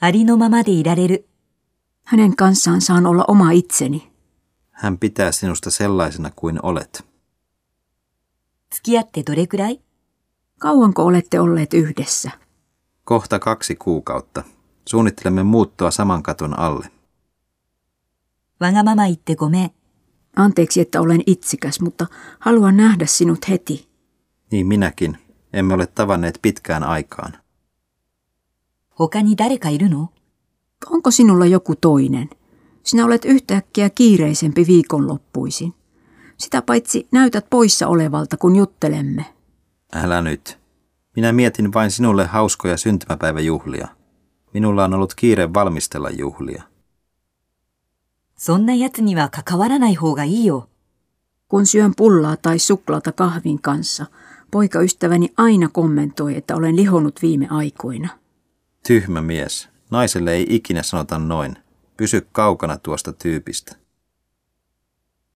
ありのままでいられる。 Hänen kanssaan saan olla oma itseni. Hän pitää sinusta sellaisena kuin olet. 付き合ってどれくらい Kauanko olette olleet yhdessä? Kohta kaksi kuukautta. Suunnittelemme muuttoa saman katon alle. わがまま言ってごめん。 Anteeksi, että olen itsikäs, mutta haluan nähdä sinut heti. Niin minäkin. Emme ole tavanneet pitkään aikaan. 他に誰かいるの Onko sinulla joku toinen? Sinä olet yhtäkkiä kiireisempi viikonloppuisin. Sitä paitsi näytät poissa olevalta, kun juttelemme. Älä nyt. Minä mietin vain sinulle hauskoja syntymäpäiväjuhlia. Minulla on ollut kiire valmistella juhlia. そんな奴には関わらない方がいいよ。 Kun syön pullaa tai suklaata kahvin kanssa, poikaystäväni aina kommentoi, että olen lihonut viime aikoina. Tyhmä mies. Naiselle ei ikinä sanota noin. Pysy kaukana tuosta tyypistä.